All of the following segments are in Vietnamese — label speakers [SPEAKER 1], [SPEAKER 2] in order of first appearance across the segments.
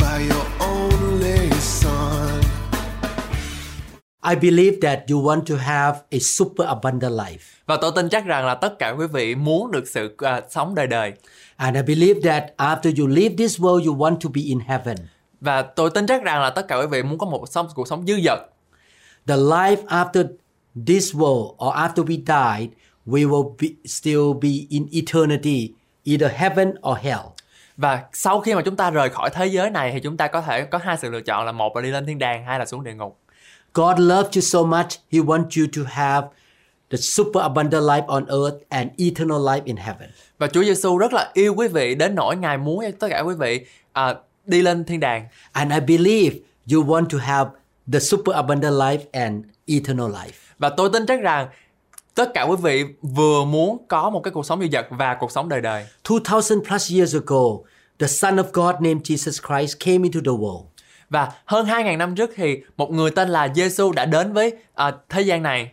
[SPEAKER 1] by your only son.
[SPEAKER 2] I believe that you want to have a super abundant life.
[SPEAKER 3] Và tôi tin chắc rằng là tất cả quý vị muốn được sự à, sống đời đời.
[SPEAKER 2] And I believe that after you leave this world, you want to be in heaven.
[SPEAKER 3] Và tôi tin chắc rằng là tất cả quý vị muốn có một sống, cuộc sống dư dật.
[SPEAKER 2] The life after this world or after we died, we will be, still be in eternity, either heaven or hell.
[SPEAKER 3] Và sau khi mà chúng ta rời khỏi thế giới này thì chúng ta có thể có hai sự lựa chọn là một là đi lên thiên đàng, hai là xuống địa ngục.
[SPEAKER 2] God loves you so much, He wants you to have the super abundant life on earth and eternal life in heaven.
[SPEAKER 3] Và Chúa Giêsu rất là yêu quý vị đến nỗi Ngài muốn cho tất cả quý vị à, đi lên thiên đàng.
[SPEAKER 2] And I believe you want to have the super abundant life and eternal life.
[SPEAKER 3] Và tôi tin chắc rằng tất cả quý vị vừa muốn có một cái cuộc sống dư dật và cuộc sống đời đời.
[SPEAKER 2] 2000 plus years ago, the Son of God named Jesus Christ came into the world.
[SPEAKER 3] Và hơn 2.000 năm trước thì một người tên là Giêsu đã đến với à, thế gian này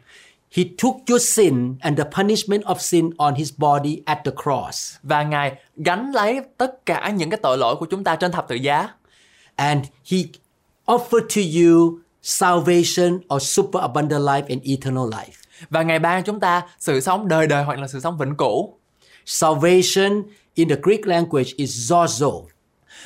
[SPEAKER 2] He took your sin and the punishment of sin on his body at the cross.
[SPEAKER 3] và Ngài gánh lấy tất cả những cái tội lỗi của chúng ta trên thập tự giá
[SPEAKER 2] And he offered to you salvation or super abundant life and eternal life.
[SPEAKER 3] và Ngài ban cho chúng ta sự sống đời đời hoặc là sự sống vĩnh cửu.
[SPEAKER 2] Salvation in the Greek language is zozo,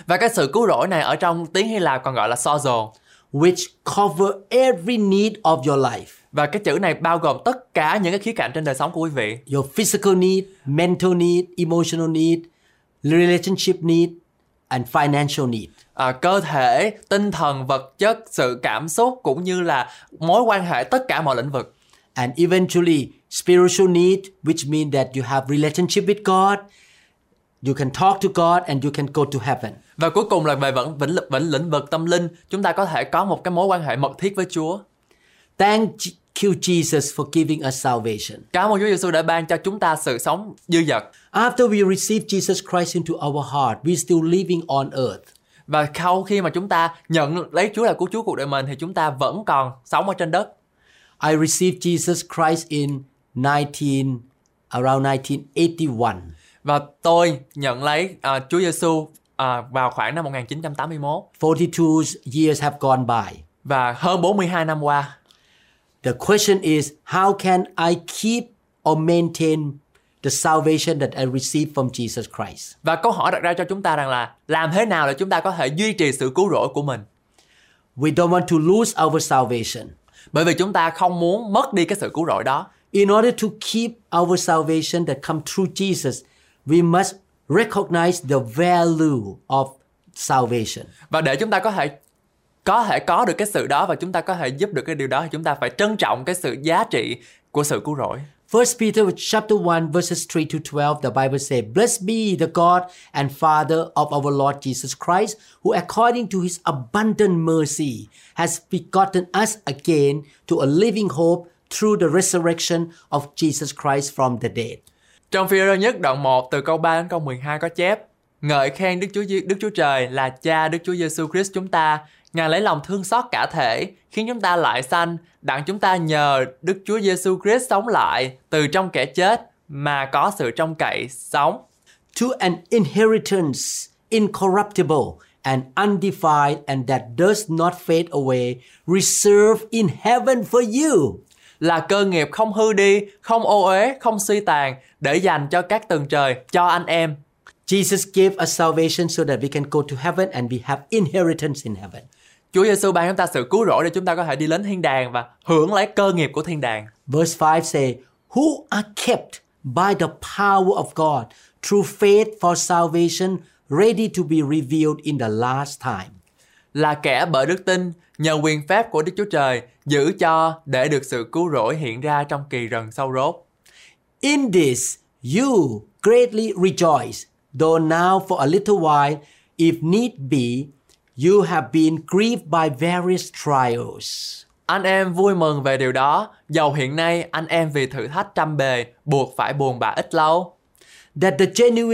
[SPEAKER 3] Và cái sự cứu rỗi này ở trong tiếng Hy Lạp còn gọi là sozo
[SPEAKER 2] which cover every need of your life.
[SPEAKER 3] và cái chữ này bao gồm tất cả những cái khía cạnh trên đời sống của quý vị
[SPEAKER 2] Your physical need, mental need, emotional need, relationship need, and financial need.
[SPEAKER 3] à, cơ thể tinh thần vật chất sự cảm xúc cũng như là mối quan hệ tất cả mọi lĩnh vực
[SPEAKER 2] And eventually, spiritual need, which means that you have relationship with God, you can talk to God, and you can go to heaven.
[SPEAKER 3] và cuối cùng là về vẫn vĩnh lực vĩnh lĩnh vực tâm linh chúng ta có thể có một cái mối quan hệ mật thiết với Chúa
[SPEAKER 2] Thank J- you, Jesus, for giving us salvation.
[SPEAKER 3] cảm ơn Chúa Giêsu đã ban cho chúng ta sự sống dư dật
[SPEAKER 2] After we receive Jesus Christ into our heart, we're still living on earth.
[SPEAKER 3] và sau khi mà chúng ta nhận lấy Chúa là cứu Chúa cuộc đời mình thì chúng ta vẫn còn sống ở trên đất
[SPEAKER 2] I received Jesus Christ in 19 around 1981.
[SPEAKER 3] và tôi nhận lấy à, Chúa Giêsu à, vào khoảng năm 1981
[SPEAKER 2] 42 years have gone by.
[SPEAKER 3] và hơn 42 năm qua
[SPEAKER 2] The question is how can I keep or maintain the salvation that I received from Jesus Christ?
[SPEAKER 3] và câu hỏi đặt ra cho chúng ta rằng là làm thế nào để chúng ta có thể duy trì sự cứu rỗi của mình
[SPEAKER 2] We don't want to lose our salvation.
[SPEAKER 3] bởi vì chúng ta không muốn mất đi cái sự cứu rỗi đó
[SPEAKER 2] In order to keep our salvation that come through Jesus, we must recognize the value of salvation.
[SPEAKER 3] và để chúng ta có thể có thể có được cái sự đó và chúng ta có thể giúp được cái điều đó thì chúng ta phải trân trọng cái sự giá trị của sự cứu rỗi
[SPEAKER 2] 1 Peter chapter 1 verses 3 to 12 the Bible says blessed be the God and Father of our Lord Jesus Christ who according to his abundant mercy has begotten us again to a living hope through the resurrection of Jesus Christ from the dead.
[SPEAKER 3] Trong phi rơ nhất đoạn 1 từ câu 3 đến câu 12 có chép Ngợi khen Đức Chúa Giê- Đức Chúa Trời là cha Đức Chúa Giêsu Christ chúng ta, Ngài lấy lòng thương xót cả thể, khiến chúng ta lại sanh, đặng chúng ta nhờ Đức Chúa Giêsu Christ sống lại từ trong kẻ chết mà có sự trông cậy sống
[SPEAKER 2] to an inheritance incorruptible and undefiled and that does not fade away, reserved in heaven for you.
[SPEAKER 3] là cơ nghiệp không hư đi, không ô uế, không suy tàn để dành cho các tầng trời, cho anh em.
[SPEAKER 2] Jesus gave us salvation so that we can go to heaven and we have inheritance in heaven.
[SPEAKER 3] Chúa Giêsu ban chúng ta sự cứu rỗi để chúng ta có thể đi đến thiên đàng và hưởng lấy cơ nghiệp của thiên đàng.
[SPEAKER 2] Verse 5 say, who are kept by the power of God through faith for salvation ready to be revealed in the last time.
[SPEAKER 3] là kẻ bởi đức tin nhờ quyền phép của Đức Chúa Trời giữ cho để được sự cứu rỗi hiện ra trong kỳ rần sâu rốt.
[SPEAKER 2] In this you greatly rejoice, though now for a little while, if need be, you have been grieved by various trials.
[SPEAKER 3] Anh em vui mừng về điều đó, dầu hiện nay anh em vì thử thách trăm bề, buộc phải buồn bã ít lâu.
[SPEAKER 2] that the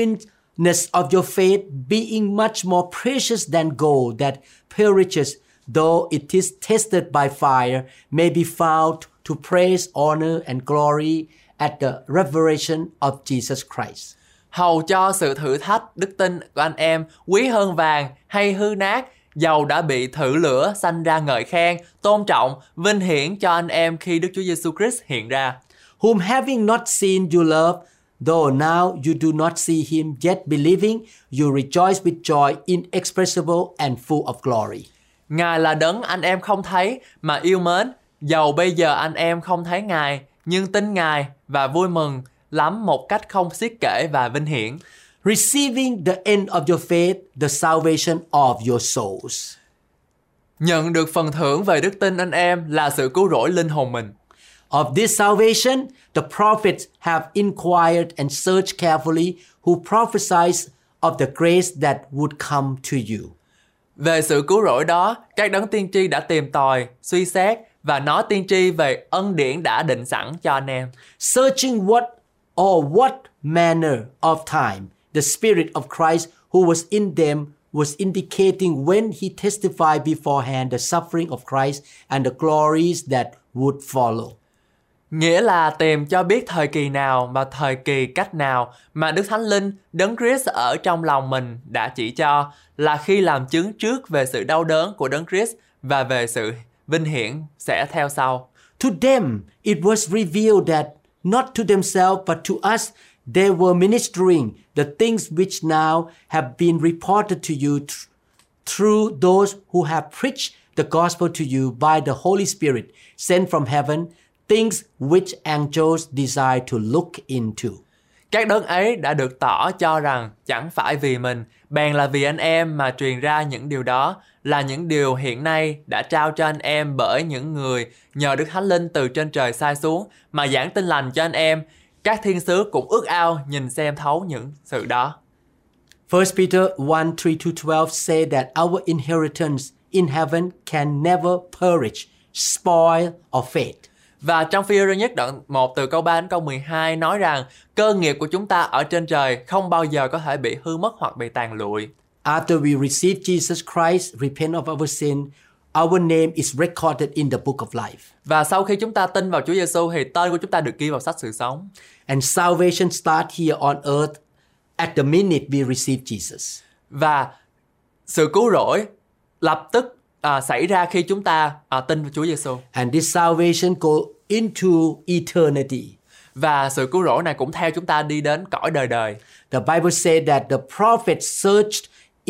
[SPEAKER 2] genuineness of your faith being much more precious than gold that perishes though it is tested by fire may be found to praise honor and glory at the revelation of jesus christ
[SPEAKER 3] Hầu cho sự thử thách đức tin của anh em quý hơn vàng hay hư nát, dầu đã bị thử lửa sanh ra ngợi khen, tôn trọng, vinh hiển cho anh em khi Đức Chúa Giêsu Christ hiện ra.
[SPEAKER 2] whom having not seen you love though now you do not see him yet believing you rejoice with joy inexpressible and full of glory
[SPEAKER 3] Ngài là đấng anh em không thấy mà yêu mến, dầu bây giờ anh em không thấy Ngài, nhưng tin Ngài và vui mừng lắm một cách không xiết kể và vinh hiển.
[SPEAKER 2] receiving the end of your faith the salvation of your souls
[SPEAKER 3] Nhận được phần thưởng về đức tin anh em là sự cứu rỗi linh hồn mình.
[SPEAKER 2] Of this salvation, the prophets have inquired and searched carefully who prophesies of the grace that would come to you.
[SPEAKER 3] Về sự cứu rỗi đó, các đấng tiên tri đã tìm tòi, suy xét và nói tiên tri về ân điển đã định sẵn cho anh em.
[SPEAKER 2] Searching what or what manner of time the Spirit of Christ who was in them was indicating when he testified beforehand the suffering of Christ and the glories that would follow.
[SPEAKER 3] Nghĩa là tìm cho biết thời kỳ nào và thời kỳ cách nào mà Đức Thánh Linh, Đấng Christ ở trong lòng mình đã chỉ cho là khi làm chứng trước về sự đau đớn của Đấng Christ và về sự vinh hiển sẽ theo sau.
[SPEAKER 2] To them it was revealed that not to themselves but to us they were ministering the things which now have been reported to you thr- through those who have preached the gospel to you by the Holy Spirit sent from heaven, things which angels desire to look into.
[SPEAKER 3] Các đấng ấy đã được tỏ cho rằng chẳng phải vì mình, bèn là vì anh em mà truyền ra những điều đó, là những điều hiện nay đã trao cho anh em bởi những người nhờ Đức Thánh Linh từ trên trời sai xuống mà giảng tin lành cho anh em. Các thiên sứ cũng ước ao nhìn xem thấu những sự đó.
[SPEAKER 2] 1 Peter 1 3 to 12 say that our inheritance in heaven can never perish, spoil, or fade.
[SPEAKER 3] Và trong phi rơ nhất đoạn 1 từ câu 3 đến câu 12 nói rằng cơ nghiệp của chúng ta ở trên trời không bao giờ có thể bị hư mất hoặc bị tàn lụi.
[SPEAKER 2] After we receive Jesus Christ, repent of our sin, our name is recorded in the book of life.
[SPEAKER 3] Và sau khi chúng ta tin vào Chúa Giêsu thì tên của chúng ta được ghi vào sách sự sống.
[SPEAKER 2] And salvation starts here on earth at the minute we receive Jesus.
[SPEAKER 3] và sự cứu rỗi lập tức à, xảy ra khi chúng ta à, tin vào Chúa Giêsu
[SPEAKER 2] And this salvation go into eternity.
[SPEAKER 3] và sự cứu rỗi này cũng theo chúng ta đi đến cõi đời đời.
[SPEAKER 2] The Bible said that the prophets searched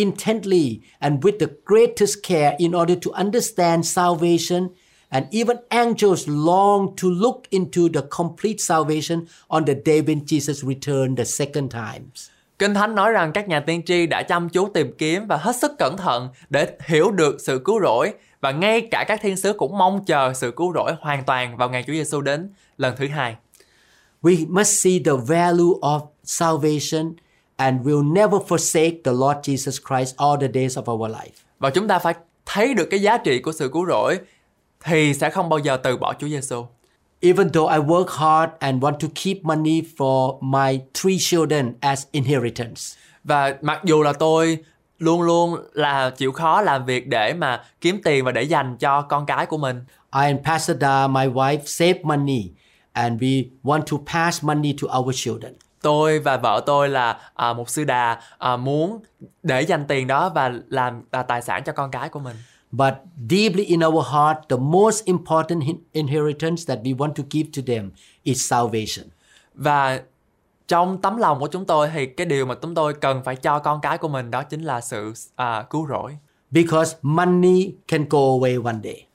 [SPEAKER 2] intently and with the greatest care in order to understand salvation and even angels long to look into the complete salvation on the day when Jesus returned the second times.
[SPEAKER 3] Kinh Thánh nói rằng các nhà tiên tri đã chăm chú tìm kiếm và hết sức cẩn thận để hiểu được sự cứu rỗi và ngay cả các thiên sứ cũng mong chờ sự cứu rỗi hoàn toàn vào ngày Chúa Giêsu đến lần thứ hai.
[SPEAKER 2] We must see the value of salvation and will never forsake the Lord Jesus Christ all the days of our life.
[SPEAKER 3] Và chúng ta phải thấy được cái giá trị của sự cứu rỗi thì sẽ không bao giờ từ bỏ Chúa Giêsu.
[SPEAKER 2] Even though I work hard and want to keep money for my three children as inheritance,
[SPEAKER 3] và mặc dù là tôi luôn luôn là chịu khó làm việc để mà kiếm tiền và để dành cho con cái của mình
[SPEAKER 2] I and Pastor Da, my wife, save money and we want to pass money to our children.
[SPEAKER 3] tôi và vợ tôi là à, một sư đà à, muốn để dành tiền đó và làm à, tài sản cho con cái của mình
[SPEAKER 2] But deeply in our heart, the most important hin- inheritance that we want to give to them is salvation.
[SPEAKER 3] và trong tấm lòng của chúng tôi thì cái điều mà chúng tôi cần phải cho con cái của mình đó chính là sự à, cứu rỗi
[SPEAKER 2] Because money can go away one day.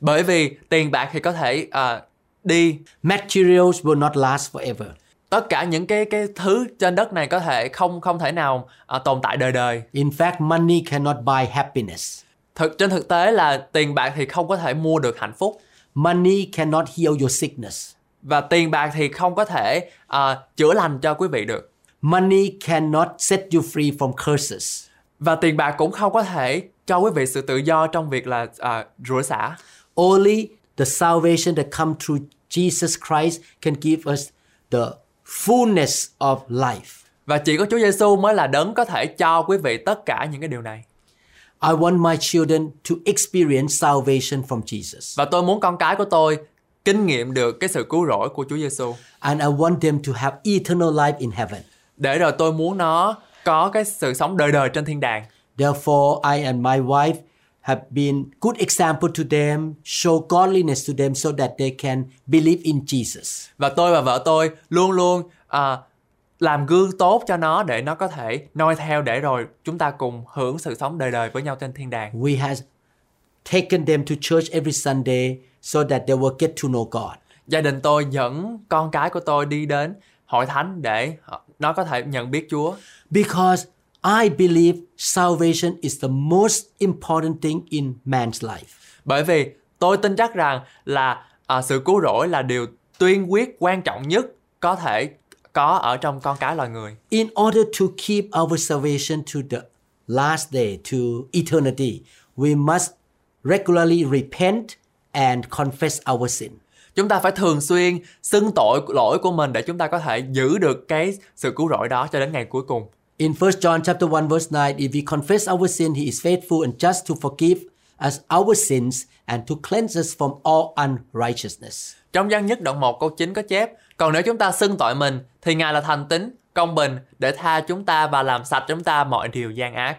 [SPEAKER 3] bởi vì tiền bạc thì có thể à, đi
[SPEAKER 2] materials will not last forever.
[SPEAKER 3] tất cả những cái cái thứ trên đất này có thể không không thể nào à, tồn tại đời đời
[SPEAKER 2] In fact, money cannot buy happiness.
[SPEAKER 3] thực trên thực tế là tiền bạc thì không có thể mua được hạnh phúc
[SPEAKER 2] Money cannot heal your sickness.
[SPEAKER 3] và tiền bạc thì không có thể à, chữa lành cho quý vị được
[SPEAKER 2] Money cannot set you free from curses.
[SPEAKER 3] và tiền bạc cũng không có thể cho quý vị sự tự do trong việc là à, rửa ờ, xả
[SPEAKER 2] Only The salvation that comes through Jesus Christ can give us the fullness of life.
[SPEAKER 3] Và chỉ có Chúa Giêsu mới là đấng có thể cho quý vị tất cả những cái điều này.
[SPEAKER 2] I want my children to experience salvation from Jesus.
[SPEAKER 3] Và tôi muốn con cái của tôi kinh nghiệm được cái sự cứu rỗi của Chúa Giêsu.
[SPEAKER 2] And I want them to have eternal life in heaven.
[SPEAKER 3] Để rồi tôi muốn nó có cái sự sống đời đời trên thiên đàng.
[SPEAKER 2] Therefore, I and my wife have been good example to them, show godliness to them so that they can believe in Jesus.
[SPEAKER 3] Và tôi và vợ tôi luôn luôn à, làm gương tốt cho nó để nó có thể noi theo để rồi chúng ta cùng hưởng sự sống đời đời với nhau trên thiên đàng.
[SPEAKER 2] We have taken them to church every Sunday so that they will get to know God.
[SPEAKER 3] Gia đình tôi dẫn con cái của tôi đi đến hội thánh để họ- nó có thể nhận biết Chúa.
[SPEAKER 2] Because I believe salvation is the most important thing in man's life.
[SPEAKER 3] Bởi vì tôi tin chắc rằng là à, sự cứu rỗi là điều tuyên quyết quan trọng nhất có thể có ở trong con cái loài người.
[SPEAKER 2] In order to keep our salvation to the last day, to eternity, we must regularly repent and confess our sin.
[SPEAKER 3] Chúng ta phải thường xuyên xưng tội lỗi của mình để chúng ta có thể giữ được cái sự cứu rỗi đó cho đến ngày cuối cùng.
[SPEAKER 2] In 1 John chapter 1 verse 9, if we confess our sin, he is faithful and just to forgive us our sins and to cleanse us from all unrighteousness.
[SPEAKER 3] Trong gian nhất đoạn 1 câu 9 có chép Còn nếu chúng ta xưng tội mình thì Ngài là thành tín, công bình để tha chúng ta và làm sạch chúng ta mọi điều gian ác.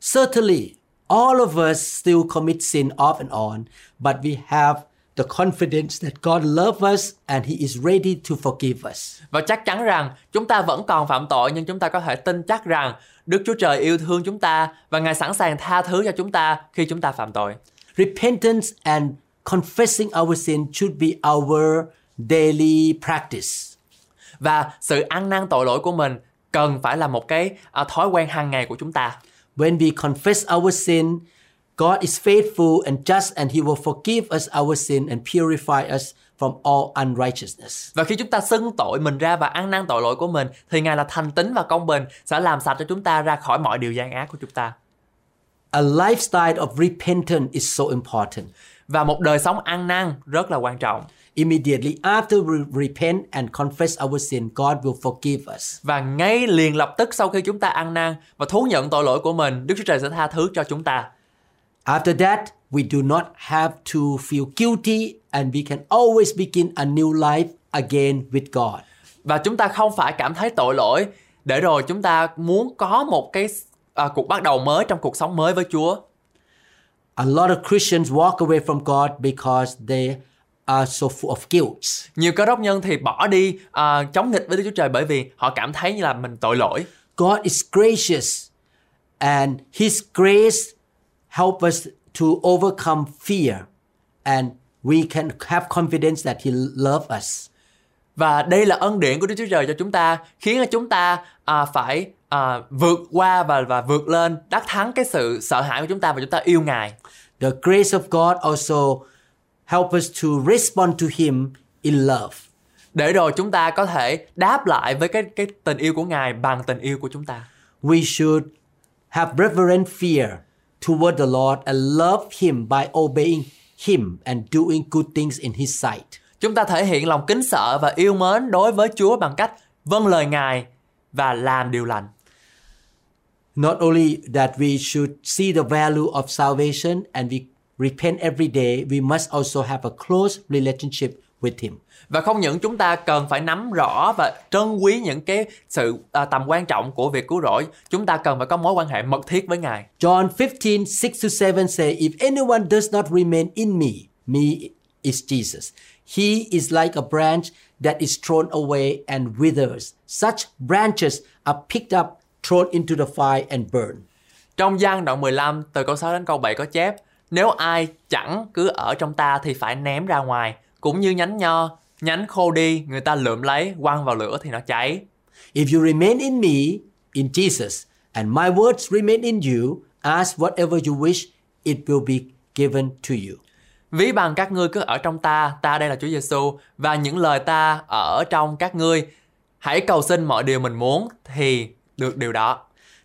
[SPEAKER 2] Certainly, all of us still commit sin off and on, but we have the confidence that God loves us and he is ready to forgive us.
[SPEAKER 3] Và chắc chắn rằng chúng ta vẫn còn phạm tội nhưng chúng ta có thể tin chắc rằng Đức Chúa Trời yêu thương chúng ta và Ngài sẵn sàng tha thứ cho chúng ta khi chúng ta phạm tội.
[SPEAKER 2] Repentance and confessing our sin should be our daily practice.
[SPEAKER 3] Và sự ăn năn tội lỗi của mình cần phải là một cái à, thói quen hàng ngày của chúng ta.
[SPEAKER 2] When we confess our sin, God is faithful and just, and He will forgive us our sin and purify us from all unrighteousness.
[SPEAKER 3] Và khi chúng ta xưng tội mình ra và ăn năn tội lỗi của mình thì Ngài là thành tín và công bình sẽ làm sạch cho chúng ta ra khỏi mọi điều gian ác của chúng ta.
[SPEAKER 2] A lifestyle of repentance is so important.
[SPEAKER 3] Và một đời sống ăn năn rất là quan trọng.
[SPEAKER 2] Immediately after we repent and confess our sin, God will forgive us.
[SPEAKER 3] Và ngay liền lập tức sau khi chúng ta ăn năn và thú nhận tội lỗi của mình, Đức Chúa Trời sẽ tha thứ cho chúng ta.
[SPEAKER 2] After that, we do not have to feel guilty and we can always begin a new life again with God.
[SPEAKER 3] Và chúng ta không phải cảm thấy tội lỗi để rồi chúng ta muốn có một cái à, cuộc bắt đầu mới trong cuộc sống mới với Chúa.
[SPEAKER 2] A lot of Christians walk away from God because they are so full of guilt.
[SPEAKER 3] Nhiều cơ đốc nhân thì bỏ đi à, chống nghịch với Đức Chúa Trời bởi vì họ cảm thấy như là mình tội lỗi.
[SPEAKER 2] God is gracious and his grace help us to overcome fear and we can have confidence that he love us.
[SPEAKER 3] Và đây là ân điển của Đức Chúa Trời cho chúng ta khiến cho chúng ta à, phải à, vượt qua và và vượt lên đắc thắng cái sự sợ hãi của chúng ta và chúng ta yêu Ngài.
[SPEAKER 2] The grace of God also help us to respond to him in love.
[SPEAKER 3] Để rồi chúng ta có thể đáp lại với cái cái tình yêu của Ngài bằng tình yêu của chúng ta.
[SPEAKER 2] We should have reverent fear toward the Lord and love him by obeying him and doing good things in his sight.
[SPEAKER 3] Chúng ta thể hiện lòng kính sợ và yêu mến đối với Chúa bằng cách vâng lời Ngài và làm điều lành.
[SPEAKER 2] Not only that we should see the value of salvation and we repent every day, we must also have a close relationship with Him.
[SPEAKER 3] Và không những chúng ta cần phải nắm rõ và trân quý những cái sự à, tầm quan trọng của việc cứu rỗi, chúng ta cần phải có mối quan hệ mật thiết với Ngài.
[SPEAKER 2] John 15, 6 to 7 say, If anyone does not remain in me, me is Jesus. He is like a branch that is thrown away and withers. Such branches are picked up, thrown into the fire, and burned.
[SPEAKER 3] Trong gian đoạn 15 từ câu 6 đến câu 7 có chép Nếu ai chẳng cứ ở trong ta thì phải ném ra ngoài Cũng như nhánh nho, nhánh khô đi, người ta lượm lấy, quăng vào lửa thì nó cháy
[SPEAKER 2] If you remain in me, in Jesus, and my words remain in you, ask whatever you wish, it will be given to you.
[SPEAKER 3] Ví bằng các ngươi cứ ở trong ta, ta đây là Chúa Giêsu Và những lời ta ở trong các ngươi Hãy cầu xin mọi điều mình muốn thì được điều đó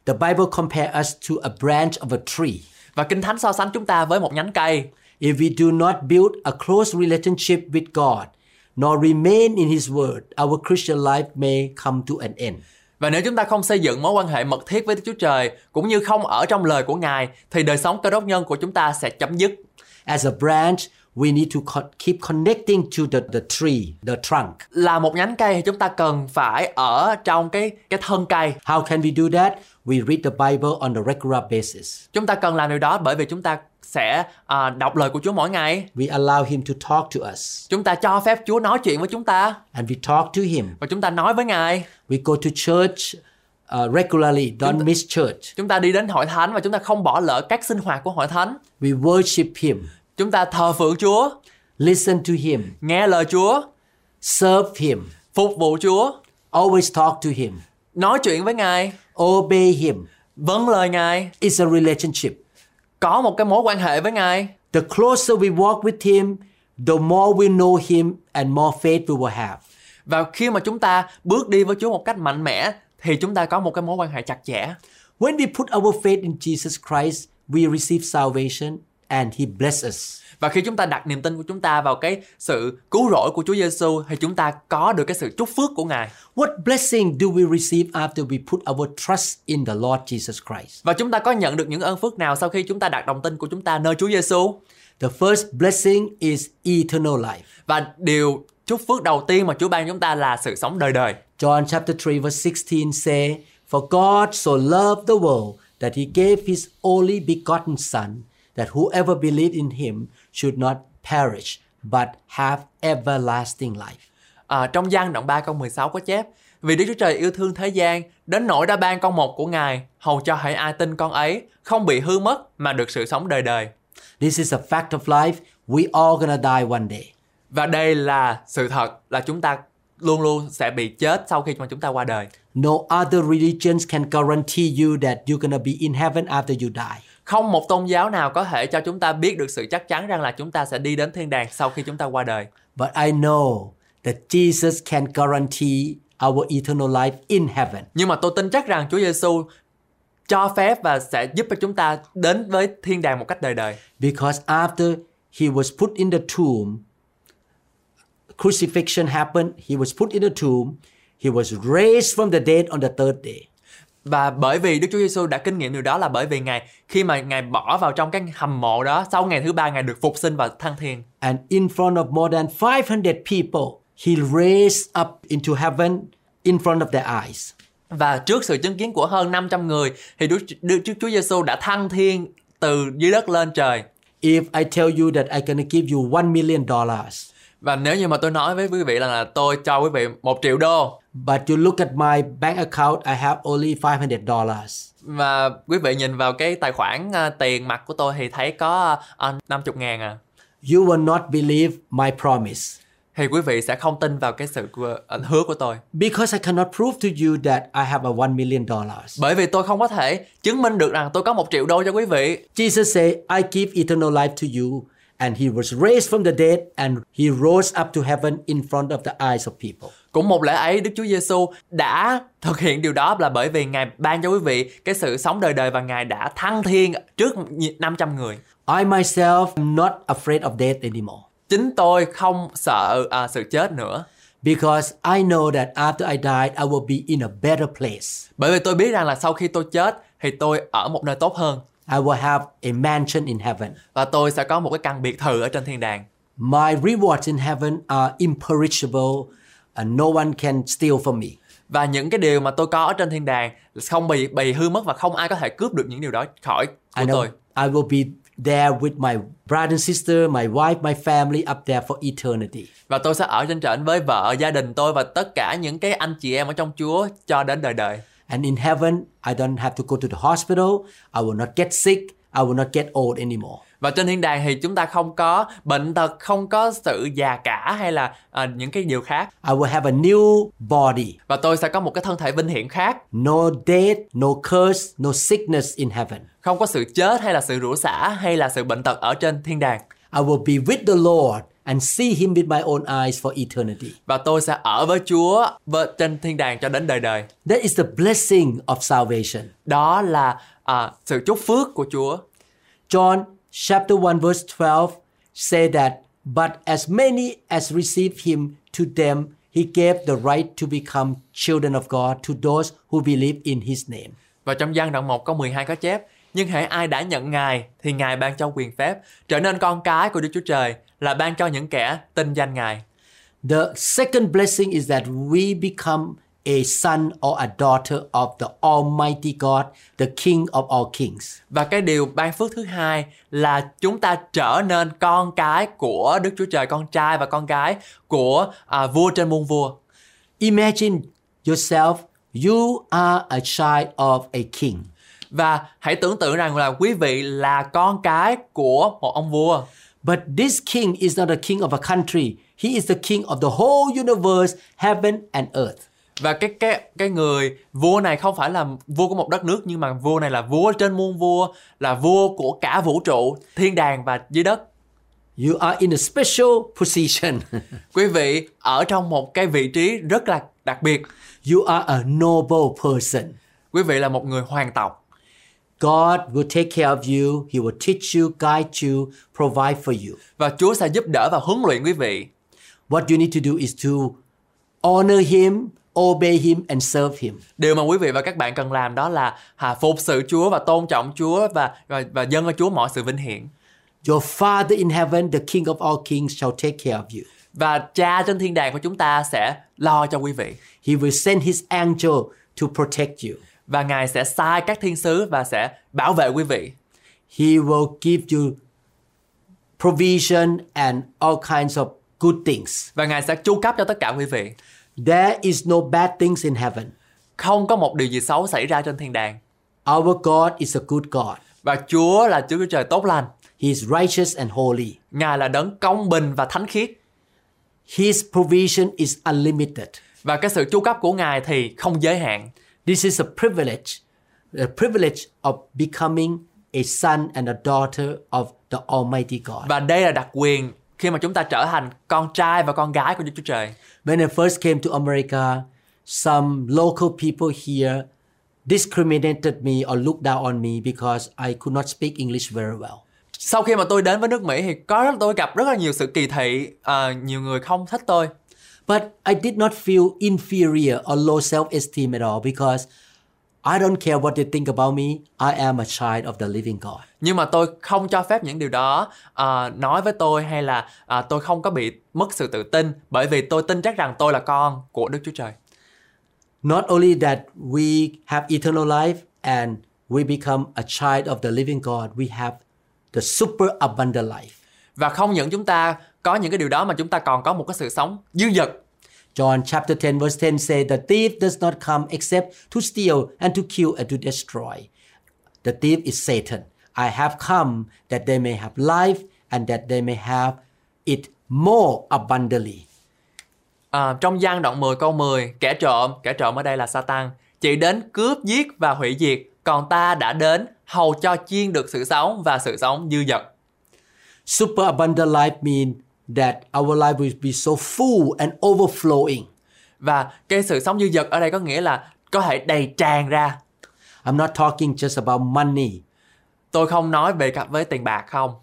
[SPEAKER 2] The Bible compares us to a branch of a tree.
[SPEAKER 3] Và Kinh Thánh so sánh chúng ta với một nhánh cây
[SPEAKER 2] If we do not build a close relationship with God, nor remain in His Word, our Christian life may come to an end.
[SPEAKER 3] Và nếu chúng ta không xây dựng mối quan hệ mật thiết với Đức Chúa Trời cũng như không ở trong lời của Ngài thì đời sống cơ đốc nhân của chúng ta sẽ chấm dứt.
[SPEAKER 2] As a branch, we need to co- keep connecting to the, the tree, the trunk.
[SPEAKER 3] Là một nhánh cây thì chúng ta cần phải ở trong cái cái thân cây.
[SPEAKER 2] How can we do that? We read the Bible on a regular basis.
[SPEAKER 3] Chúng ta cần làm điều đó bởi vì chúng ta sẽ à, đọc lời của Chúa mỗi ngày.
[SPEAKER 2] We allow Him to talk to us,
[SPEAKER 3] Chúng ta cho phép Chúa nói chuyện với chúng ta
[SPEAKER 2] and we talk to Him.
[SPEAKER 3] và chúng ta nói với Ngài.
[SPEAKER 2] We go to church uh, regularly, don't miss church.
[SPEAKER 3] Chúng ta đi đến hội thánh và chúng ta không bỏ lỡ các sinh hoạt của hội thánh.
[SPEAKER 2] We worship Him,
[SPEAKER 3] Chúng ta thờ phượng Chúa,
[SPEAKER 2] listen to Him,
[SPEAKER 3] nghe lời Chúa,
[SPEAKER 2] serve Him,
[SPEAKER 3] phục vụ Chúa,
[SPEAKER 2] always talk to Him,
[SPEAKER 3] nói chuyện với Ngài,
[SPEAKER 2] obey Him.
[SPEAKER 3] vâng lời Ngài,
[SPEAKER 2] It's a relationship.
[SPEAKER 3] có một cái mối quan hệ với Ngài.
[SPEAKER 2] The closer we walk with Him, the more we know Him and more faith we will have.
[SPEAKER 3] Và khi mà chúng ta bước đi với Chúa một cách mạnh mẽ thì chúng ta có một cái mối quan hệ chặt chẽ.
[SPEAKER 2] When we put our faith in Jesus Christ, we receive salvation and He bless us.
[SPEAKER 3] Và khi chúng ta đặt niềm tin của chúng ta vào cái sự cứu rỗi của Chúa Giêsu thì chúng ta có được cái sự chúc phước của Ngài.
[SPEAKER 2] What blessing do we receive after we put our trust in the Lord Jesus Christ?
[SPEAKER 3] Và chúng ta có nhận được những ơn phước nào sau khi chúng ta đặt đồng tin của chúng ta nơi Chúa Giêsu?
[SPEAKER 2] The first blessing is eternal life.
[SPEAKER 3] Và điều chúc phước đầu tiên mà Chúa ban chúng ta là sự sống đời đời.
[SPEAKER 2] John chapter 3 verse 16 say, For God so loved the world that he gave his only begotten son that whoever believed in him should not perish but have everlasting life.
[SPEAKER 3] À, trong gian đoạn 3 câu 16 có chép Vì Đức Chúa Trời yêu thương thế gian Đến nỗi đã ban con một của Ngài Hầu cho hãy ai tin con ấy Không bị hư mất mà được sự sống đời đời
[SPEAKER 2] This is a fact of life. We all gonna die one day.
[SPEAKER 3] Và đây là sự thật là chúng ta luôn luôn sẽ bị chết sau khi mà chúng ta qua đời.
[SPEAKER 2] No other religions can guarantee you that you're gonna be in heaven after you die.
[SPEAKER 3] Không một tôn giáo nào có thể cho chúng ta biết được sự chắc chắn rằng là chúng ta sẽ đi đến thiên đàng sau khi chúng ta qua đời.
[SPEAKER 2] But I know that Jesus can guarantee our eternal life in heaven.
[SPEAKER 3] Nhưng mà tôi tin chắc rằng Chúa Giêsu cho phép và sẽ giúp cho chúng ta đến với thiên đàng một cách đời đời.
[SPEAKER 2] Because after he was put in the tomb, crucifixion happened, he was put in the tomb, he was raised from the dead on the third day.
[SPEAKER 3] Và bởi vì Đức Chúa Giêsu đã kinh nghiệm điều đó là bởi vì Ngài khi mà Ngài bỏ vào trong cái hầm mộ đó, sau ngày thứ ba Ngài được phục sinh và thăng thiên.
[SPEAKER 2] And in front of more than 500 people, he raised up into heaven in front of their eyes.
[SPEAKER 3] Và trước sự chứng kiến của hơn 500 người thì Đức, Đức, Đức Chúa Giêsu đã thăng thiên từ dưới đất lên trời.
[SPEAKER 2] If I tell you that I'm gonna give you one million dollars,
[SPEAKER 3] Và nếu như mà tôi nói với quý vị rằng là tôi cho quý vị một triệu đô
[SPEAKER 2] but you look at my bank account, I have only five hundred dollars.
[SPEAKER 3] và quý vị nhìn vào cái tài khoản à, tiền mặt của tôi thì thấy có uh, 50 ngàn à.
[SPEAKER 2] You will not believe my promise
[SPEAKER 3] Thì quý vị sẽ không tin vào cái sự của- à, hứa của tôi.
[SPEAKER 2] because I cannot prove to you that I have a one million dollars.
[SPEAKER 3] Bởi vì tôi không có thể chứng minh được rằng tôi có một triệu đô cho quý vị.
[SPEAKER 2] Jesus said, I give eternal life to you. And he was raised from the dead and he rose up to heaven in front of the eyes of people.
[SPEAKER 3] Cũng một lễ ấy Đức Chúa Giêsu đã thực hiện điều đó là bởi vì Ngài ban cho quý vị cái sự sống đời đời và Ngài đã thăng thiên trước 500 người.
[SPEAKER 2] I myself am not afraid of death anymore
[SPEAKER 3] Chính tôi không sợ à, sự chết nữa.
[SPEAKER 2] because I know that after I died, I will be in a better place.
[SPEAKER 3] Bởi vì tôi biết rằng là sau khi tôi chết thì tôi ở một nơi tốt hơn
[SPEAKER 2] I will have a mansion in heaven.
[SPEAKER 3] và tôi sẽ có một cái căn biệt thự ở trên thiên đàng.
[SPEAKER 2] My rewards in heaven are imperishable and no one can steal from me.
[SPEAKER 3] Và những cái điều mà tôi có ở trên thiên đàng không bị bị hư mất và không ai có thể cướp được những điều đó khỏi của
[SPEAKER 2] I know
[SPEAKER 3] tôi.
[SPEAKER 2] I will be there with my brother and sister, my wife, my family up there for eternity.
[SPEAKER 3] Và tôi sẽ ở trên trển với vợ, gia đình tôi và tất cả những cái anh chị em ở trong Chúa cho đến đời đời.
[SPEAKER 2] And in heaven, I don't have to go to the hospital. I will not get sick. I will not get old anymore.
[SPEAKER 3] Và trên thiên đàng thì chúng ta không có bệnh tật, không có sự già cả hay là à, những cái điều khác.
[SPEAKER 2] I will have a new body.
[SPEAKER 3] Và tôi sẽ có một cái thân thể vinh hiển khác,
[SPEAKER 2] No death, no curse, no sickness in heaven.
[SPEAKER 3] không có sự chết hay là sự rủa xả hay là sự bệnh tật ở trên thiên đàng.
[SPEAKER 2] I will be with the Lord and see him with my own eyes for eternity.
[SPEAKER 3] Và tôi sẽ ở với Chúa với, trên thiên đàng cho đến đời đời.
[SPEAKER 2] That is the blessing of salvation.
[SPEAKER 3] Đó là à, sự chúc phước của Chúa.
[SPEAKER 2] John chapter 1 verse 12 say that, but as many as received him to them, he gave the right to become children of God to those who believe in his name.
[SPEAKER 3] Và trong gian đoạn 1 câu 12 có chép Nhưng hãy ai đã nhận Ngài thì Ngài ban cho quyền phép trở nên con cái của Đức Chúa Trời là ban cho những kẻ tin danh Ngài.
[SPEAKER 2] The second blessing is that we become a son or a daughter of the Almighty God, the King of all kings.
[SPEAKER 3] Và cái điều ban phước thứ hai là chúng ta trở nên con cái của Đức Chúa Trời, con trai và con gái của à, vua trên muôn vua.
[SPEAKER 2] Imagine yourself, you are a child of a king.
[SPEAKER 3] Và hãy tưởng tượng rằng là quý vị là con cái của một ông vua.
[SPEAKER 2] But this king is not the king of a country. He is the king of the whole universe, heaven and earth.
[SPEAKER 3] Và cái cái cái người vua này không phải là vua của một đất nước nhưng mà vua này là vua trên muôn vua, là vua của cả vũ trụ, thiên đàng và dưới đất.
[SPEAKER 2] You are in a special position.
[SPEAKER 3] Quý vị ở trong một cái vị trí rất là đặc biệt.
[SPEAKER 2] you are a noble person.
[SPEAKER 3] Quý vị là một người hoàng tộc.
[SPEAKER 2] God will take care of you. He will teach you, guide you, provide for you.
[SPEAKER 3] và Chúa sẽ giúp đỡ và huấn luyện quý vị.
[SPEAKER 2] What you need to do is to honor him, obey him and serve him.
[SPEAKER 3] Điều mà quý vị và các bạn cần làm đó là hà phục sự Chúa và tôn trọng Chúa và và, và dâng cho Chúa mọi sự vinh hiển.
[SPEAKER 2] Your Father in heaven, the King of all kings, shall take care of you.
[SPEAKER 3] Và Cha trên thiên đàng của chúng ta sẽ lo cho quý vị
[SPEAKER 2] He will send his angel to protect you.
[SPEAKER 3] và Ngài sẽ sai các thiên sứ và sẽ bảo vệ quý vị.
[SPEAKER 2] He will give you provision and all kinds of good things.
[SPEAKER 3] Và Ngài sẽ chu cấp cho tất cả quý vị.
[SPEAKER 2] There is no bad things in heaven.
[SPEAKER 3] Không có một điều gì xấu xảy ra trên thiên đàng.
[SPEAKER 2] Our God is a good God.
[SPEAKER 3] Và Chúa là Chúa Chúa Trời tốt lành.
[SPEAKER 2] He is righteous and holy.
[SPEAKER 3] Ngài là đấng công bình và thánh khiết.
[SPEAKER 2] His provision is unlimited.
[SPEAKER 3] Và cái sự chu cấp của Ngài thì không giới hạn.
[SPEAKER 2] This is a privilege, the privilege of becoming a son and a daughter of the Almighty God.
[SPEAKER 3] Và đây là đặc quyền khi mà chúng ta trở thành con trai và con gái của Đức Chúa Trời.
[SPEAKER 2] When I first came to America, some local people here discriminated me or looked down on me because I could not speak English very well.
[SPEAKER 3] Sau khi mà tôi đến với nước Mỹ thì có rất- tôi gặp rất là nhiều sự kỳ thị, à, nhiều người không thích tôi.
[SPEAKER 2] But I did not feel inferior or low self esteem at all because I don't care what they think about me. I am a child of the living God.
[SPEAKER 3] Nhưng mà tôi không cho phép những điều đó à, nói với tôi hay là à, tôi không có bị mất sự tự tin bởi vì tôi tin chắc rằng tôi là con của Đức Chúa Trời.
[SPEAKER 2] Not only that we have eternal life and we become a child of the living God, we have the super abundant life.
[SPEAKER 3] Và không những chúng ta có những cái điều đó mà chúng ta còn có một cái sự sống dư dật.
[SPEAKER 2] John chapter 10 verse 10 says the thief does not come except to steal and to kill and to destroy. The thief is Satan. I have come that they may have life and that they may have it more abundantly.
[SPEAKER 3] À, trong gian đoạn 10 câu 10, kẻ trộm, kẻ trộm ở đây là Satan, chỉ đến cướp giết và hủy diệt, còn ta đã đến hầu cho chiên được sự sống và sự sống dư dật.
[SPEAKER 2] Super abundant life means that our life will be so full and overflowing.
[SPEAKER 3] Và cái sự sống dư dật ở đây có nghĩa là có thể đầy tràn ra.
[SPEAKER 2] I'm not talking just about money,
[SPEAKER 3] Tôi không nói về cặp với tiền bạc không,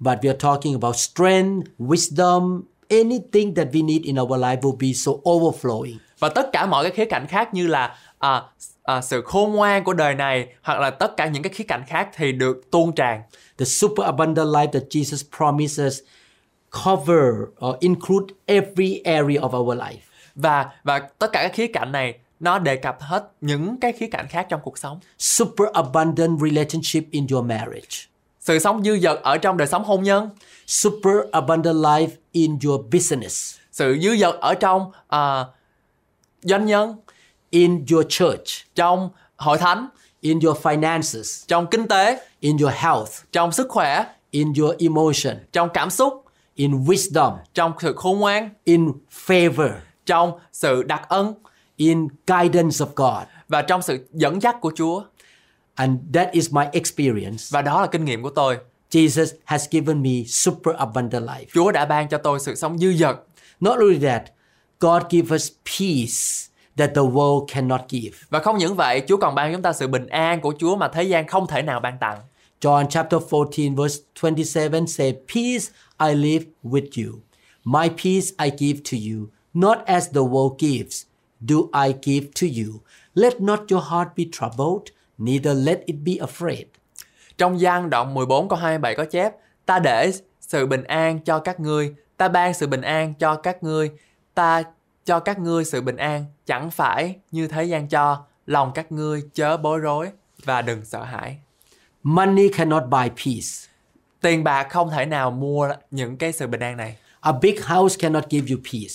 [SPEAKER 2] but we are talking about strength, wisdom, anything that we need in our life will be so overflowing.
[SPEAKER 3] và tất cả mọi cái khía cạnh khác như là à, à, sự khôn ngoan của đời này hoặc là tất cả những cái khía cạnh khác thì được tuôn tràn
[SPEAKER 2] The super abundant life that Jesus promises cover or include every area of our life.
[SPEAKER 3] và và tất cả các khía cạnh này nó đề cập hết những cái khía cạnh khác trong cuộc sống
[SPEAKER 2] Super abundant relationship in your marriage.
[SPEAKER 3] sự sống dư dật ở trong đời sống hôn nhân
[SPEAKER 2] Super abundant life in your business,
[SPEAKER 3] sự dư dật ở trong à, doanh nhân
[SPEAKER 2] in your church,
[SPEAKER 3] trong hội thánh
[SPEAKER 2] in your finances,
[SPEAKER 3] trong kinh tế
[SPEAKER 2] in your health,
[SPEAKER 3] trong sức khỏe
[SPEAKER 2] in your emotion,
[SPEAKER 3] trong cảm xúc
[SPEAKER 2] in wisdom,
[SPEAKER 3] trong sự khôn ngoan
[SPEAKER 2] in favor,
[SPEAKER 3] trong sự đặc ân
[SPEAKER 2] in guidance of God.
[SPEAKER 3] và trong sự dẫn dắt của chúa
[SPEAKER 2] And that is my experience.
[SPEAKER 3] và đó là kinh nghiệm của tôi
[SPEAKER 2] Jesus has given me super abundant life.
[SPEAKER 3] chúa đã ban cho tôi sự sống dư dật
[SPEAKER 2] Not only that, God gives us peace that the world cannot give.
[SPEAKER 3] và không những vậy chúa còn ban chúng ta sự bình an của chúa mà thế gian không thể nào ban tặng
[SPEAKER 2] John chapter 14 verse 27 say, Peace I leave with you. My peace I give to you, not as the world gives, do I give to you. Let not your heart be troubled, neither let it be afraid.
[SPEAKER 3] Trong gian đoạn 14 câu 27 có chép, ta để sự bình an cho các ngươi, ta ban sự bình an cho các ngươi, ta cho các ngươi sự bình an, chẳng phải như thế gian cho, lòng các ngươi chớ bối rối và đừng sợ hãi.
[SPEAKER 2] Money cannot buy peace.
[SPEAKER 3] Tiền bạc không thể nào mua những cái sự bình an này.
[SPEAKER 2] A big house cannot give you peace.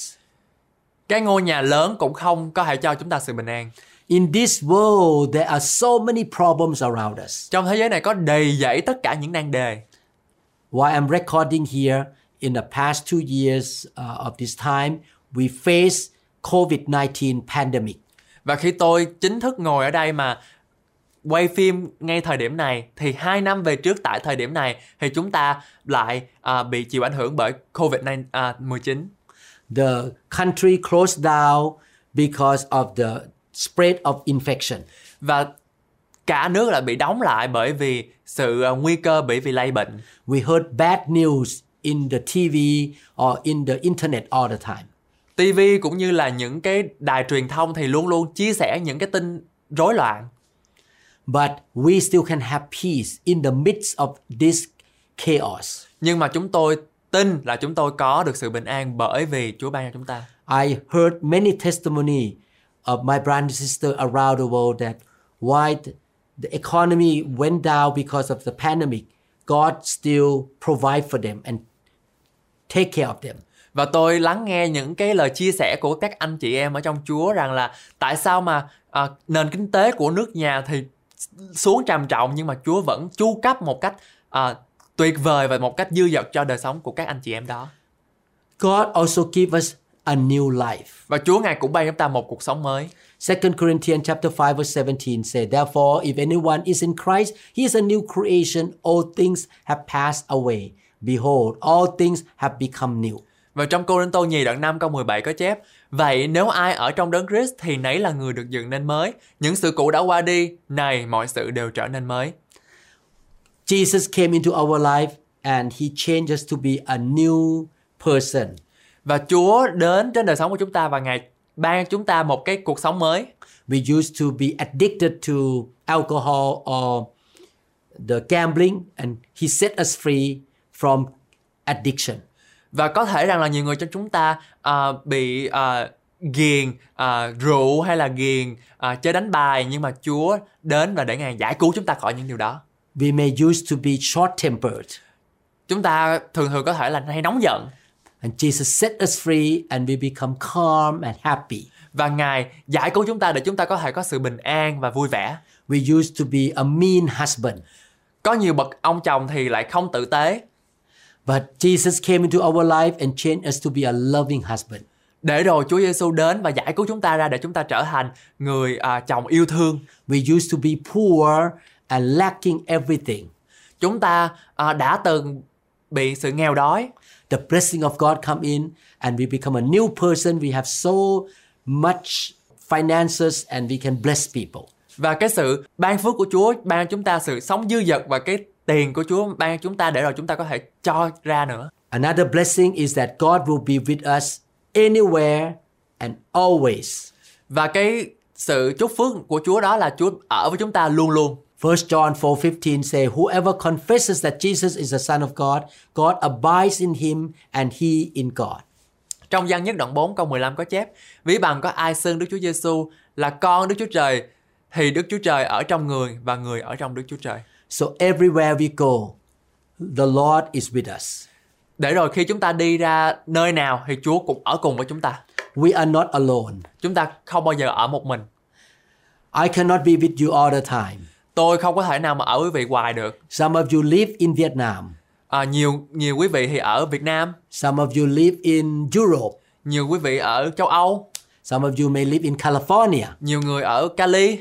[SPEAKER 3] Cái ngôi nhà lớn cũng không có thể cho chúng ta sự bình an.
[SPEAKER 2] In this world, there are so many problems around us.
[SPEAKER 3] Trong thế giới này có đầy dẫy tất cả những nan đề.
[SPEAKER 2] While I'm recording here, in the past two years uh, of this time, we face COVID-19 pandemic.
[SPEAKER 3] Và khi tôi chính thức ngồi ở đây mà quay phim ngay thời điểm này thì 2 năm về trước tại thời điểm này thì chúng ta lại à, bị chịu ảnh hưởng bởi à, Covid-19.
[SPEAKER 2] The country closed down because of the spread of infection.
[SPEAKER 3] Và cả nước lại bị đóng lại bởi vì sự à, nguy cơ bởi vì lây bệnh.
[SPEAKER 2] We heard bad news in the TV or in the internet all the time.
[SPEAKER 3] TV cũng như là những cái đài truyền thông thì luôn luôn chia sẻ những cái tin rối loạn.
[SPEAKER 2] But we still can have peace in the midst of this chaos.
[SPEAKER 3] Nhưng mà chúng tôi tin là chúng tôi có được sự bình an bởi vì Chúa ban cho chúng ta.
[SPEAKER 2] I heard many testimony of my brother and sister around the world that why th- the economy went down because of the pandemic, God still provide for them and take care of them.
[SPEAKER 3] Và tôi lắng nghe những cái lời chia sẻ của các anh chị em ở trong Chúa rằng là tại sao mà à, nền kinh tế của nước nhà thì xuống trầm trọng nhưng mà Chúa vẫn chu cấp một cách à, tuyệt vời và một cách dư dật cho đời sống của các anh chị em đó.
[SPEAKER 2] God also give us a new life.
[SPEAKER 3] Và Chúa Ngài cũng ban cho chúng ta một cuộc sống mới.
[SPEAKER 2] 2 Corinthians chapter 5 verse 17 say, Therefore, if anyone is in Christ, he is a new creation. All things have passed away. Behold, all things have become new.
[SPEAKER 3] Và trong Cô Đinh Tô nhì đoạn 5 câu 17 có chép Vậy nếu ai ở trong đấng Christ thì nấy là người được dựng nên mới Những sự cũ đã qua đi, này mọi sự đều trở nên mới
[SPEAKER 2] Jesus came into our life and he changed us to be a new person.
[SPEAKER 3] Và Chúa đến trên đời sống của chúng ta và Ngài ban cho chúng ta một cái cuộc sống mới
[SPEAKER 2] We used to be addicted to alcohol or the gambling and he set us free from addiction.
[SPEAKER 3] Và có thể rằng là nhiều người trong chúng ta à, bị à, ghiền à, rượu hay là ghiền à, chơi đánh bài Nhưng mà Chúa đến và để Ngài giải cứu chúng ta khỏi những điều đó
[SPEAKER 2] We may used to be short-tempered
[SPEAKER 3] Chúng ta thường thường có thể là hay nóng giận
[SPEAKER 2] and Jesus set us free and we become calm and happy.
[SPEAKER 3] Và Ngài giải cứu chúng ta để chúng ta có thể có sự bình an và vui vẻ
[SPEAKER 2] We used to be a mean husband,
[SPEAKER 3] có nhiều bậc ông chồng thì lại không tử tế
[SPEAKER 2] but Jesus came into our life and changed us to be a loving husband.
[SPEAKER 3] để rồi Chúa Giêsu đến và giải cứu chúng ta ra để chúng ta trở thành người à, chồng yêu thương
[SPEAKER 2] We used to be poor and lacking everything.
[SPEAKER 3] chúng ta à, đã từng bị sự nghèo đói
[SPEAKER 2] the blessing of God come in and we become a new person. We have so much finances and we can bless people.
[SPEAKER 3] và cái sự ban phước của Chúa ban chúng ta sự sống dư dật và cái tiền của Chúa ban chúng ta để rồi chúng ta có thể cho ra nữa
[SPEAKER 2] Another blessing is that God will be with us anywhere and always.
[SPEAKER 3] và cái sự chúc phước của Chúa đó là Chúa ở với chúng ta luôn luôn
[SPEAKER 2] 1 John 4:15 say whoever confesses that Jesus is the son of God, God abides in him and he in God.
[SPEAKER 3] Trong gian nhất đoạn 4 câu 15 có chép Ví bằng có ai xưng Đức Chúa Giêsu là con Đức Chúa Trời Thì Đức Chúa Trời ở trong người và người ở trong Đức Chúa Trời
[SPEAKER 2] So everywhere we go, the Lord is with us.
[SPEAKER 3] Để rồi khi chúng ta đi ra nơi nào thì Chúa cũng ở cùng với chúng ta
[SPEAKER 2] We are not alone.
[SPEAKER 3] Chúng ta không bao giờ ở một mình
[SPEAKER 2] I cannot be with you all the time.
[SPEAKER 3] Tôi không có thể nào mà ở với vị hoài được
[SPEAKER 2] Some of you live in Vietnam.
[SPEAKER 3] à, Nhiều nhiều quý vị thì ở Việt Nam
[SPEAKER 2] Some of you live in Europe.
[SPEAKER 3] Nhiều quý vị ở châu Âu
[SPEAKER 2] Some of you may live in California.
[SPEAKER 3] Nhiều người ở Cali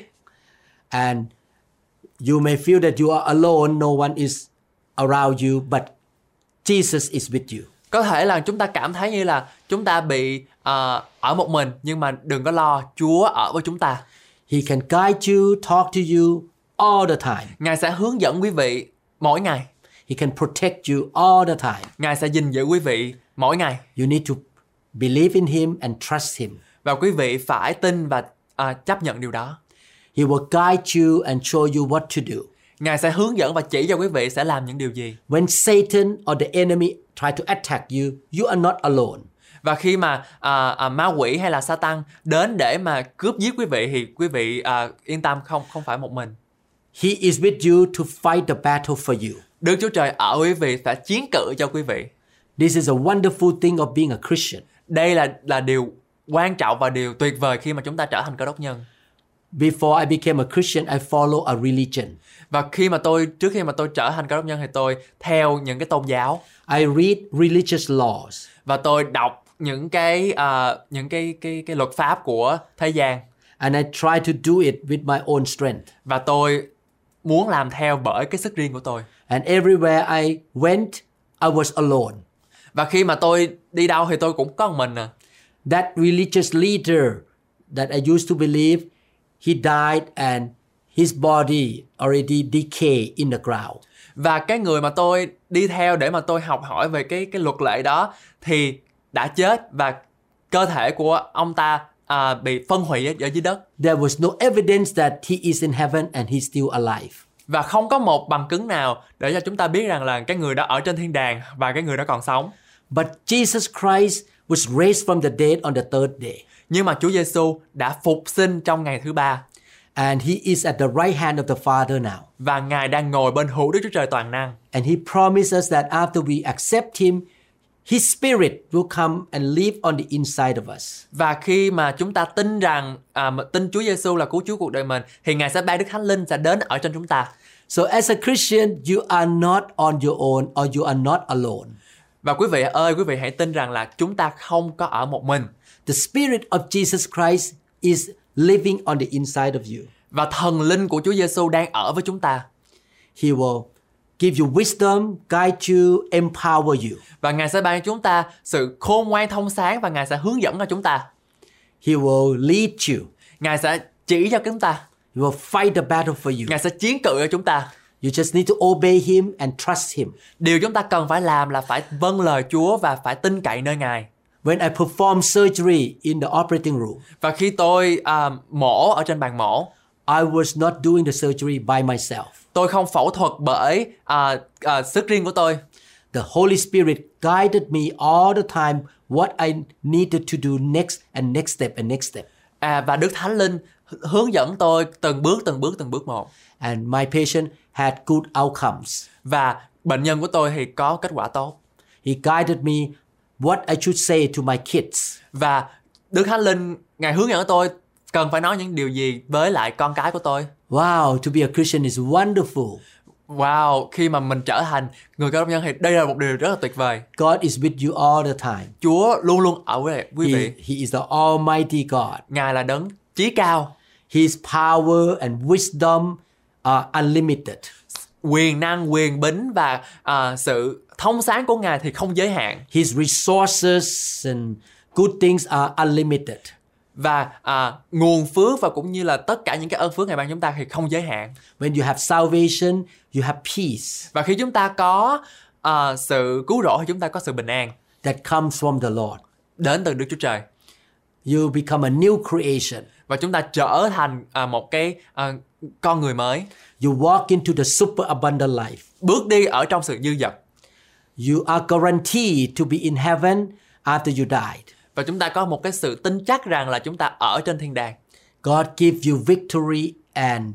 [SPEAKER 2] And you may feel that you are alone, no one is around you, but Jesus is with you.
[SPEAKER 3] Có thể là chúng ta cảm thấy như là chúng ta bị à, ở một mình Nhưng mà đừng có lo, Chúa ở với chúng ta
[SPEAKER 2] He can guide you, talk to you all the time.
[SPEAKER 3] Ngài sẽ hướng dẫn quý vị mỗi ngày.
[SPEAKER 2] He can protect you all the time.
[SPEAKER 3] Ngài sẽ gìn giữ quý vị mỗi ngày
[SPEAKER 2] You need to believe in Him and trust Him.
[SPEAKER 3] và quý vị phải tin và à, chấp nhận điều đó.
[SPEAKER 2] He will guide you and show you what to do.
[SPEAKER 3] Ngài sẽ hướng dẫn và chỉ cho quý vị sẽ làm những điều gì.
[SPEAKER 2] When Satan or the enemy try to attack you, you are not alone.
[SPEAKER 3] Và khi mà à, à, ma quỷ hay là Satan đến để mà cướp giết quý vị thì quý vị à, yên tâm không không phải một mình.
[SPEAKER 2] He is with you to fight the battle for you.
[SPEAKER 3] Đức Chúa Trời ở quý vị sẽ chiến cự cho quý vị.
[SPEAKER 2] This is a wonderful thing of being a Christian.
[SPEAKER 3] Đây là là điều quan trọng và điều tuyệt vời khi mà chúng ta trở thành cơ đốc nhân.
[SPEAKER 2] Before I became a Christian, I follow a religion.
[SPEAKER 3] Và khi mà tôi trước khi mà tôi trở thành cơ đốc nhân thì tôi theo những cái tôn giáo
[SPEAKER 2] I read religious laws.
[SPEAKER 3] và tôi đọc những cái à, những cái cái cái luật pháp của thế gian
[SPEAKER 2] and I try to do it with my own strength.
[SPEAKER 3] và tôi muốn làm theo bởi cái sức riêng của tôi.
[SPEAKER 2] And everywhere I went, I was alone.
[SPEAKER 3] Và khi mà tôi đi đâu thì tôi cũng có một mình à.
[SPEAKER 2] That religious leader that I used to believe, he died and his body already decay in the ground.
[SPEAKER 3] Và cái người mà tôi đi theo để mà tôi học hỏi về cái cái luật lệ đó thì đã chết và cơ thể của ông ta à, bị phân hủy ở, ở dưới đất
[SPEAKER 2] There was no evidence that he is in heaven and he's still alive.
[SPEAKER 3] và không có một bằng chứng nào để cho chúng ta biết rằng là cái người đó ở trên thiên đàng và cái người đó còn sống.
[SPEAKER 2] But Jesus Christ was raised from the dead on the third day,
[SPEAKER 3] Nhưng mà Chúa Giêsu đã phục sinh trong ngày thứ ba
[SPEAKER 2] and he is at the right hand of the Father now.
[SPEAKER 3] và Ngài đang ngồi bên hữu Đức Chúa Trời toàn năng.
[SPEAKER 2] And he promised us that after we accept him, his spirit will come and live on the inside of us.
[SPEAKER 3] Và khi mà chúng ta tin rằng à, mà tin Chúa Giêsu là cứu Chúa cuộc đời mình thì Ngài sẽ ban Đức Thánh Linh sẽ đến ở trên chúng ta.
[SPEAKER 2] So as a Christian, you are not on your own or you are not alone.
[SPEAKER 3] Và quý vị ơi, quý vị hãy tin rằng là chúng ta không có ở một mình
[SPEAKER 2] The spirit of Jesus Christ is living on the inside of you.
[SPEAKER 3] và thần linh của Chúa Giêsu đang ở với chúng ta
[SPEAKER 2] He will give you wisdom, guide you, empower you.
[SPEAKER 3] và Ngài sẽ ban cho chúng ta sự khôn ngoan thông sáng và Ngài sẽ hướng dẫn cho chúng ta.
[SPEAKER 2] He will lead you.
[SPEAKER 3] Ngài sẽ chỉ cho chúng ta,
[SPEAKER 2] He will fight the battle for you.
[SPEAKER 3] Ngài sẽ chiến cự cho chúng ta.
[SPEAKER 2] You just need to obey him and trust him.
[SPEAKER 3] Điều chúng ta cần phải làm là phải vâng lời Chúa và phải tin cậy nơi Ngài.
[SPEAKER 2] When I performed surgery in the operating room,
[SPEAKER 3] Và khi tôi à, mổ ở trên bàn mổ,
[SPEAKER 2] I was not doing the surgery by myself.
[SPEAKER 3] tôi không phẫu thuật bởi à, à, sức riêng của tôi
[SPEAKER 2] The Holy Spirit guided me all the time what I needed to do next and next step and next step.
[SPEAKER 3] à, và Đức Thánh Linh hướng dẫn tôi từng bước từng bước từng bước một
[SPEAKER 2] and my patient had good outcomes.
[SPEAKER 3] và bệnh nhân của tôi thì có kết quả tốt
[SPEAKER 2] He guided me what I should say to my kids.
[SPEAKER 3] và Đức Thánh Linh ngài hướng dẫn tôi cần phải nói những điều gì với lại con cái của tôi
[SPEAKER 2] Wow, to be a Christian is wonderful.
[SPEAKER 3] wow khi mà mình trở thành người cơ đốc nhân thì đây là một điều rất là tuyệt vời
[SPEAKER 2] God is with you all the time.
[SPEAKER 3] Chúa luôn luôn ở với lại quý
[SPEAKER 2] He,
[SPEAKER 3] vị
[SPEAKER 2] he is the Almighty God.
[SPEAKER 3] ngài là đấng chí cao
[SPEAKER 2] His power and wisdom are unlimited.
[SPEAKER 3] quyền năng quyền bính và à, sự thông sáng của ngài thì không giới hạn
[SPEAKER 2] His resources and good things are unlimited.
[SPEAKER 3] và à, nguồn phước và cũng như là tất cả những cái ơn phước ngài ban chúng ta thì không giới hạn
[SPEAKER 2] When you have salvation, you have peace
[SPEAKER 3] và khi chúng ta có à, sự cứu rỗi thì chúng ta có sự bình an
[SPEAKER 2] that comes from the Lord.
[SPEAKER 3] đến từ Đức Chúa Trời
[SPEAKER 2] You become a new creation.
[SPEAKER 3] và chúng ta trở thành à, một cái à, con người mới
[SPEAKER 2] You walk into the super abundant life.
[SPEAKER 3] bước đi ở trong sự dư dật
[SPEAKER 2] You are guaranteed to be in heaven after you died.
[SPEAKER 3] và chúng ta có một cái sự tin chắc rằng là chúng ta ở trên thiên đàng
[SPEAKER 2] God gives you victory and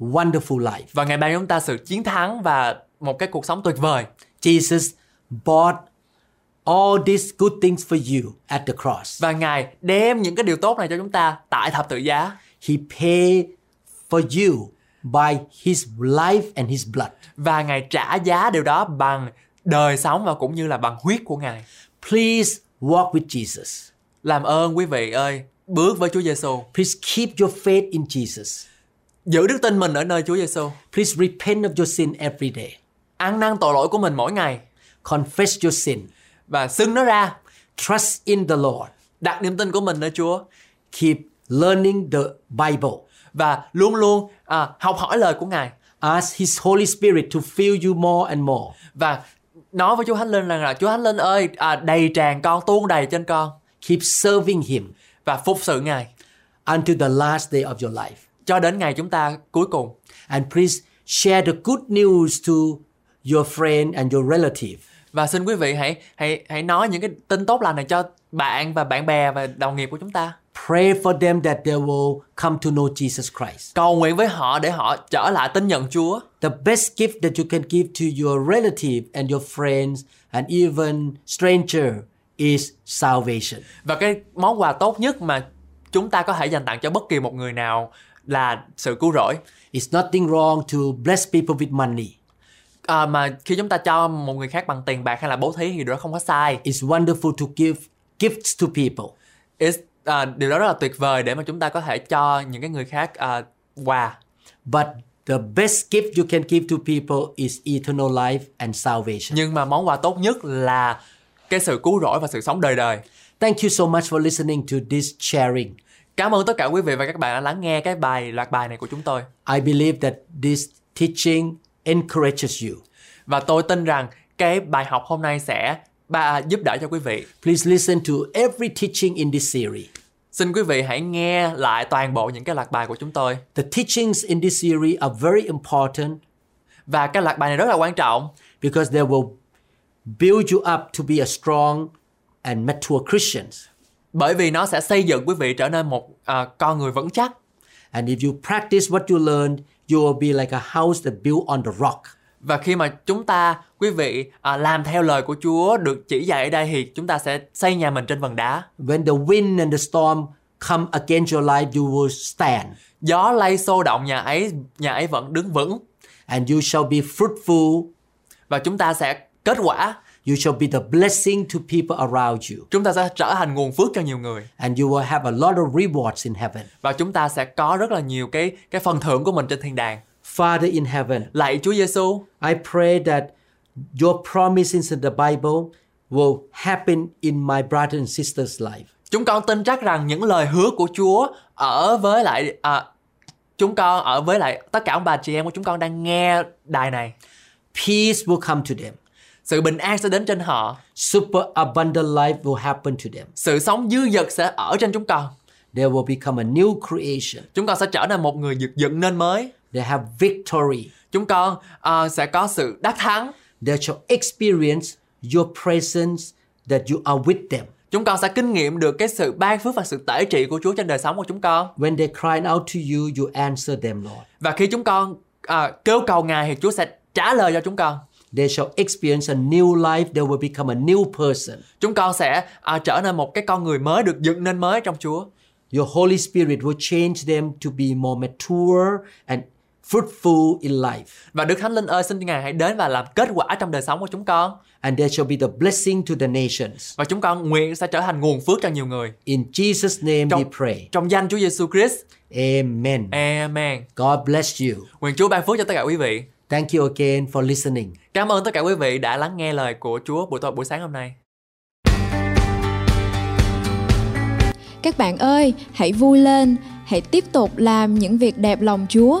[SPEAKER 2] wonderful life.
[SPEAKER 3] và ngài ban chúng ta sự chiến thắng và một cái cuộc sống tuyệt vời
[SPEAKER 2] Jesus bought all these good things for you at the cross.
[SPEAKER 3] và ngài đem những cái điều tốt này cho chúng ta tại thập tự giá
[SPEAKER 2] He paid for you by his life and his blood.
[SPEAKER 3] và ngài trả giá điều đó bằng đời sống và cũng như là bằng huyết của ngài
[SPEAKER 2] Please walk with Jesus.
[SPEAKER 3] làm ơn quý vị ơi bước với Chúa Giêsu
[SPEAKER 2] Please keep your faith in Jesus.
[SPEAKER 3] giữ đức tin mình ở nơi Chúa Giêsu
[SPEAKER 2] Please repent of your sin every day.
[SPEAKER 3] ăn năn tội lỗi của mình mỗi ngày
[SPEAKER 2] Confess your sin.
[SPEAKER 3] và xưng nó ra
[SPEAKER 2] Trust in the Lord.
[SPEAKER 3] đặt niềm tin của mình nơi Chúa
[SPEAKER 2] Keep learning the Bible.
[SPEAKER 3] và luôn luôn à, học hỏi lời của Ngài
[SPEAKER 2] Ask His Holy Spirit to fill you more and more.
[SPEAKER 3] và nói với Chúa Thánh Linh rằng là Chúa Thánh Linh ơi à, đầy tràn con tuôn đầy trên con
[SPEAKER 2] Keep serving Him
[SPEAKER 3] và phục sự Ngài
[SPEAKER 2] until the last day of your life.
[SPEAKER 3] cho đến ngày chúng ta cuối cùng
[SPEAKER 2] And please share the good news to your friend and your relative.
[SPEAKER 3] và xin quý vị hãy hãy hãy nói những cái tin tốt lành này cho bạn và bạn bè và đồng nghiệp của chúng ta
[SPEAKER 2] Pray for them that they will come to know Jesus Christ.
[SPEAKER 3] cầu nguyện với họ để họ trở lại tin nhận Chúa
[SPEAKER 2] The best gift that you can give to your relative and your friends and even stranger is salvation.
[SPEAKER 3] và cái món quà tốt nhất mà chúng ta có thể dành tặng cho bất kỳ một người nào là sự cứu rỗi
[SPEAKER 2] It's nothing wrong to bless people with money.
[SPEAKER 3] à, mà khi chúng ta cho một người khác bằng tiền bạc hay là bố thí thì điều đó không có sai
[SPEAKER 2] It's wonderful to give gifts to people.
[SPEAKER 3] It's, à, điều đó rất là tuyệt vời để mà chúng ta có thể cho những cái người khác à, quà
[SPEAKER 2] But the best gift you can give to people is eternal life and salvation.
[SPEAKER 3] nhưng mà món quà tốt nhất là cái sự cứu rỗi và sự sống đời đời
[SPEAKER 2] Thank you so much for listening to this sharing.
[SPEAKER 3] cảm ơn tất cả quý vị và các bạn đã lắng nghe cái bài loạt bài này của chúng tôi
[SPEAKER 2] I believe that this teaching encourages you.
[SPEAKER 3] và tôi tin rằng cái bài học hôm nay sẽ ba giúp đỡ cho quý vị
[SPEAKER 2] Please listen to every teaching in this series.
[SPEAKER 3] xin quý vị hãy nghe lại toàn bộ những cái loạt bài của chúng tôi
[SPEAKER 2] The teachings in this series are very important
[SPEAKER 3] và cái loạt bài này rất là quan trọng
[SPEAKER 2] because they will build you up to be a strong and mature Christian.
[SPEAKER 3] bởi vì nó sẽ xây dựng quý vị trở nên một à, con người vững chắc
[SPEAKER 2] And if you practice what you learned, you will be like a house that built on the rock.
[SPEAKER 3] và khi mà chúng ta quý vị à, làm theo lời của Chúa được chỉ dạy ở đây thì chúng ta sẽ xây nhà mình trên vần đá
[SPEAKER 2] When the wind and the storm come against your life, you will stand.
[SPEAKER 3] gió lay xô động nhà ấy nhà ấy vẫn đứng vững
[SPEAKER 2] And you shall be fruitful.
[SPEAKER 3] và chúng ta sẽ kết quả
[SPEAKER 2] You shall be the blessing to people around you.
[SPEAKER 3] chúng ta sẽ trở thành nguồn phước cho nhiều người
[SPEAKER 2] And you will have a lot of rewards in heaven.
[SPEAKER 3] và chúng ta sẽ có rất là nhiều cái cái phần thưởng của mình trên thiên đàng
[SPEAKER 2] Father in heaven,
[SPEAKER 3] lạy Chúa Giêsu
[SPEAKER 2] I pray that your promises in the Bible will happen in my brother and sister's life.
[SPEAKER 3] chúng con tin chắc rằng những lời hứa của Chúa ở với lại à, chúng con ở với lại tất cả ông bà chị em của chúng con đang nghe đài này
[SPEAKER 2] Peace will come to them.
[SPEAKER 3] sự bình an sẽ đến trên họ
[SPEAKER 2] Super abundant life will happen to them.
[SPEAKER 3] sự sống dư dật sẽ ở trên chúng con
[SPEAKER 2] They will become a new creation.
[SPEAKER 3] chúng con sẽ trở nên một người dực dựng nên mới
[SPEAKER 2] They have victory.
[SPEAKER 3] chúng con à, sẽ có sự đắc thắng
[SPEAKER 2] They shall experience your presence that you are with them.
[SPEAKER 3] chúng con sẽ kinh nghiệm được cái sự ban phước và sự tể trị của Chúa trên đời sống của chúng con
[SPEAKER 2] When they cry out to you, you answer them, Lord.
[SPEAKER 3] và khi chúng con à, kêu cầu Ngài thì Chúa sẽ trả lời cho chúng con
[SPEAKER 2] They shall experience a new life. They will become a new person.
[SPEAKER 3] chúng con sẽ à, trở nên một cái con người mới được dựng nên mới trong Chúa
[SPEAKER 2] Your Holy Spirit will change them to be more mature and fruitful in life.
[SPEAKER 3] và Đức Thánh Linh ơi xin Ngài hãy đến và làm kết quả trong đời sống của chúng con
[SPEAKER 2] And they shall be the blessing to the nations.
[SPEAKER 3] và chúng con nguyện sẽ trở thành nguồn phước cho nhiều người
[SPEAKER 2] In Jesus' name we
[SPEAKER 3] trong
[SPEAKER 2] pray.
[SPEAKER 3] trong danh Chúa Giêsu Christ
[SPEAKER 2] Amen.
[SPEAKER 3] Amen
[SPEAKER 2] God bless you.
[SPEAKER 3] nguyện Chúa ban phước cho tất cả quý vị
[SPEAKER 2] Thank you again for listening.
[SPEAKER 3] Cảm ơn tất cả quý vị đã lắng nghe lời của Chúa buổi tối buổi sáng hôm nay.
[SPEAKER 4] Các bạn ơi, hãy vui lên, hãy tiếp tục làm những việc đẹp lòng Chúa.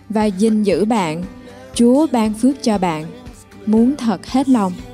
[SPEAKER 4] và gìn giữ bạn. Chúa ban phước cho bạn. Muốn thật hết lòng.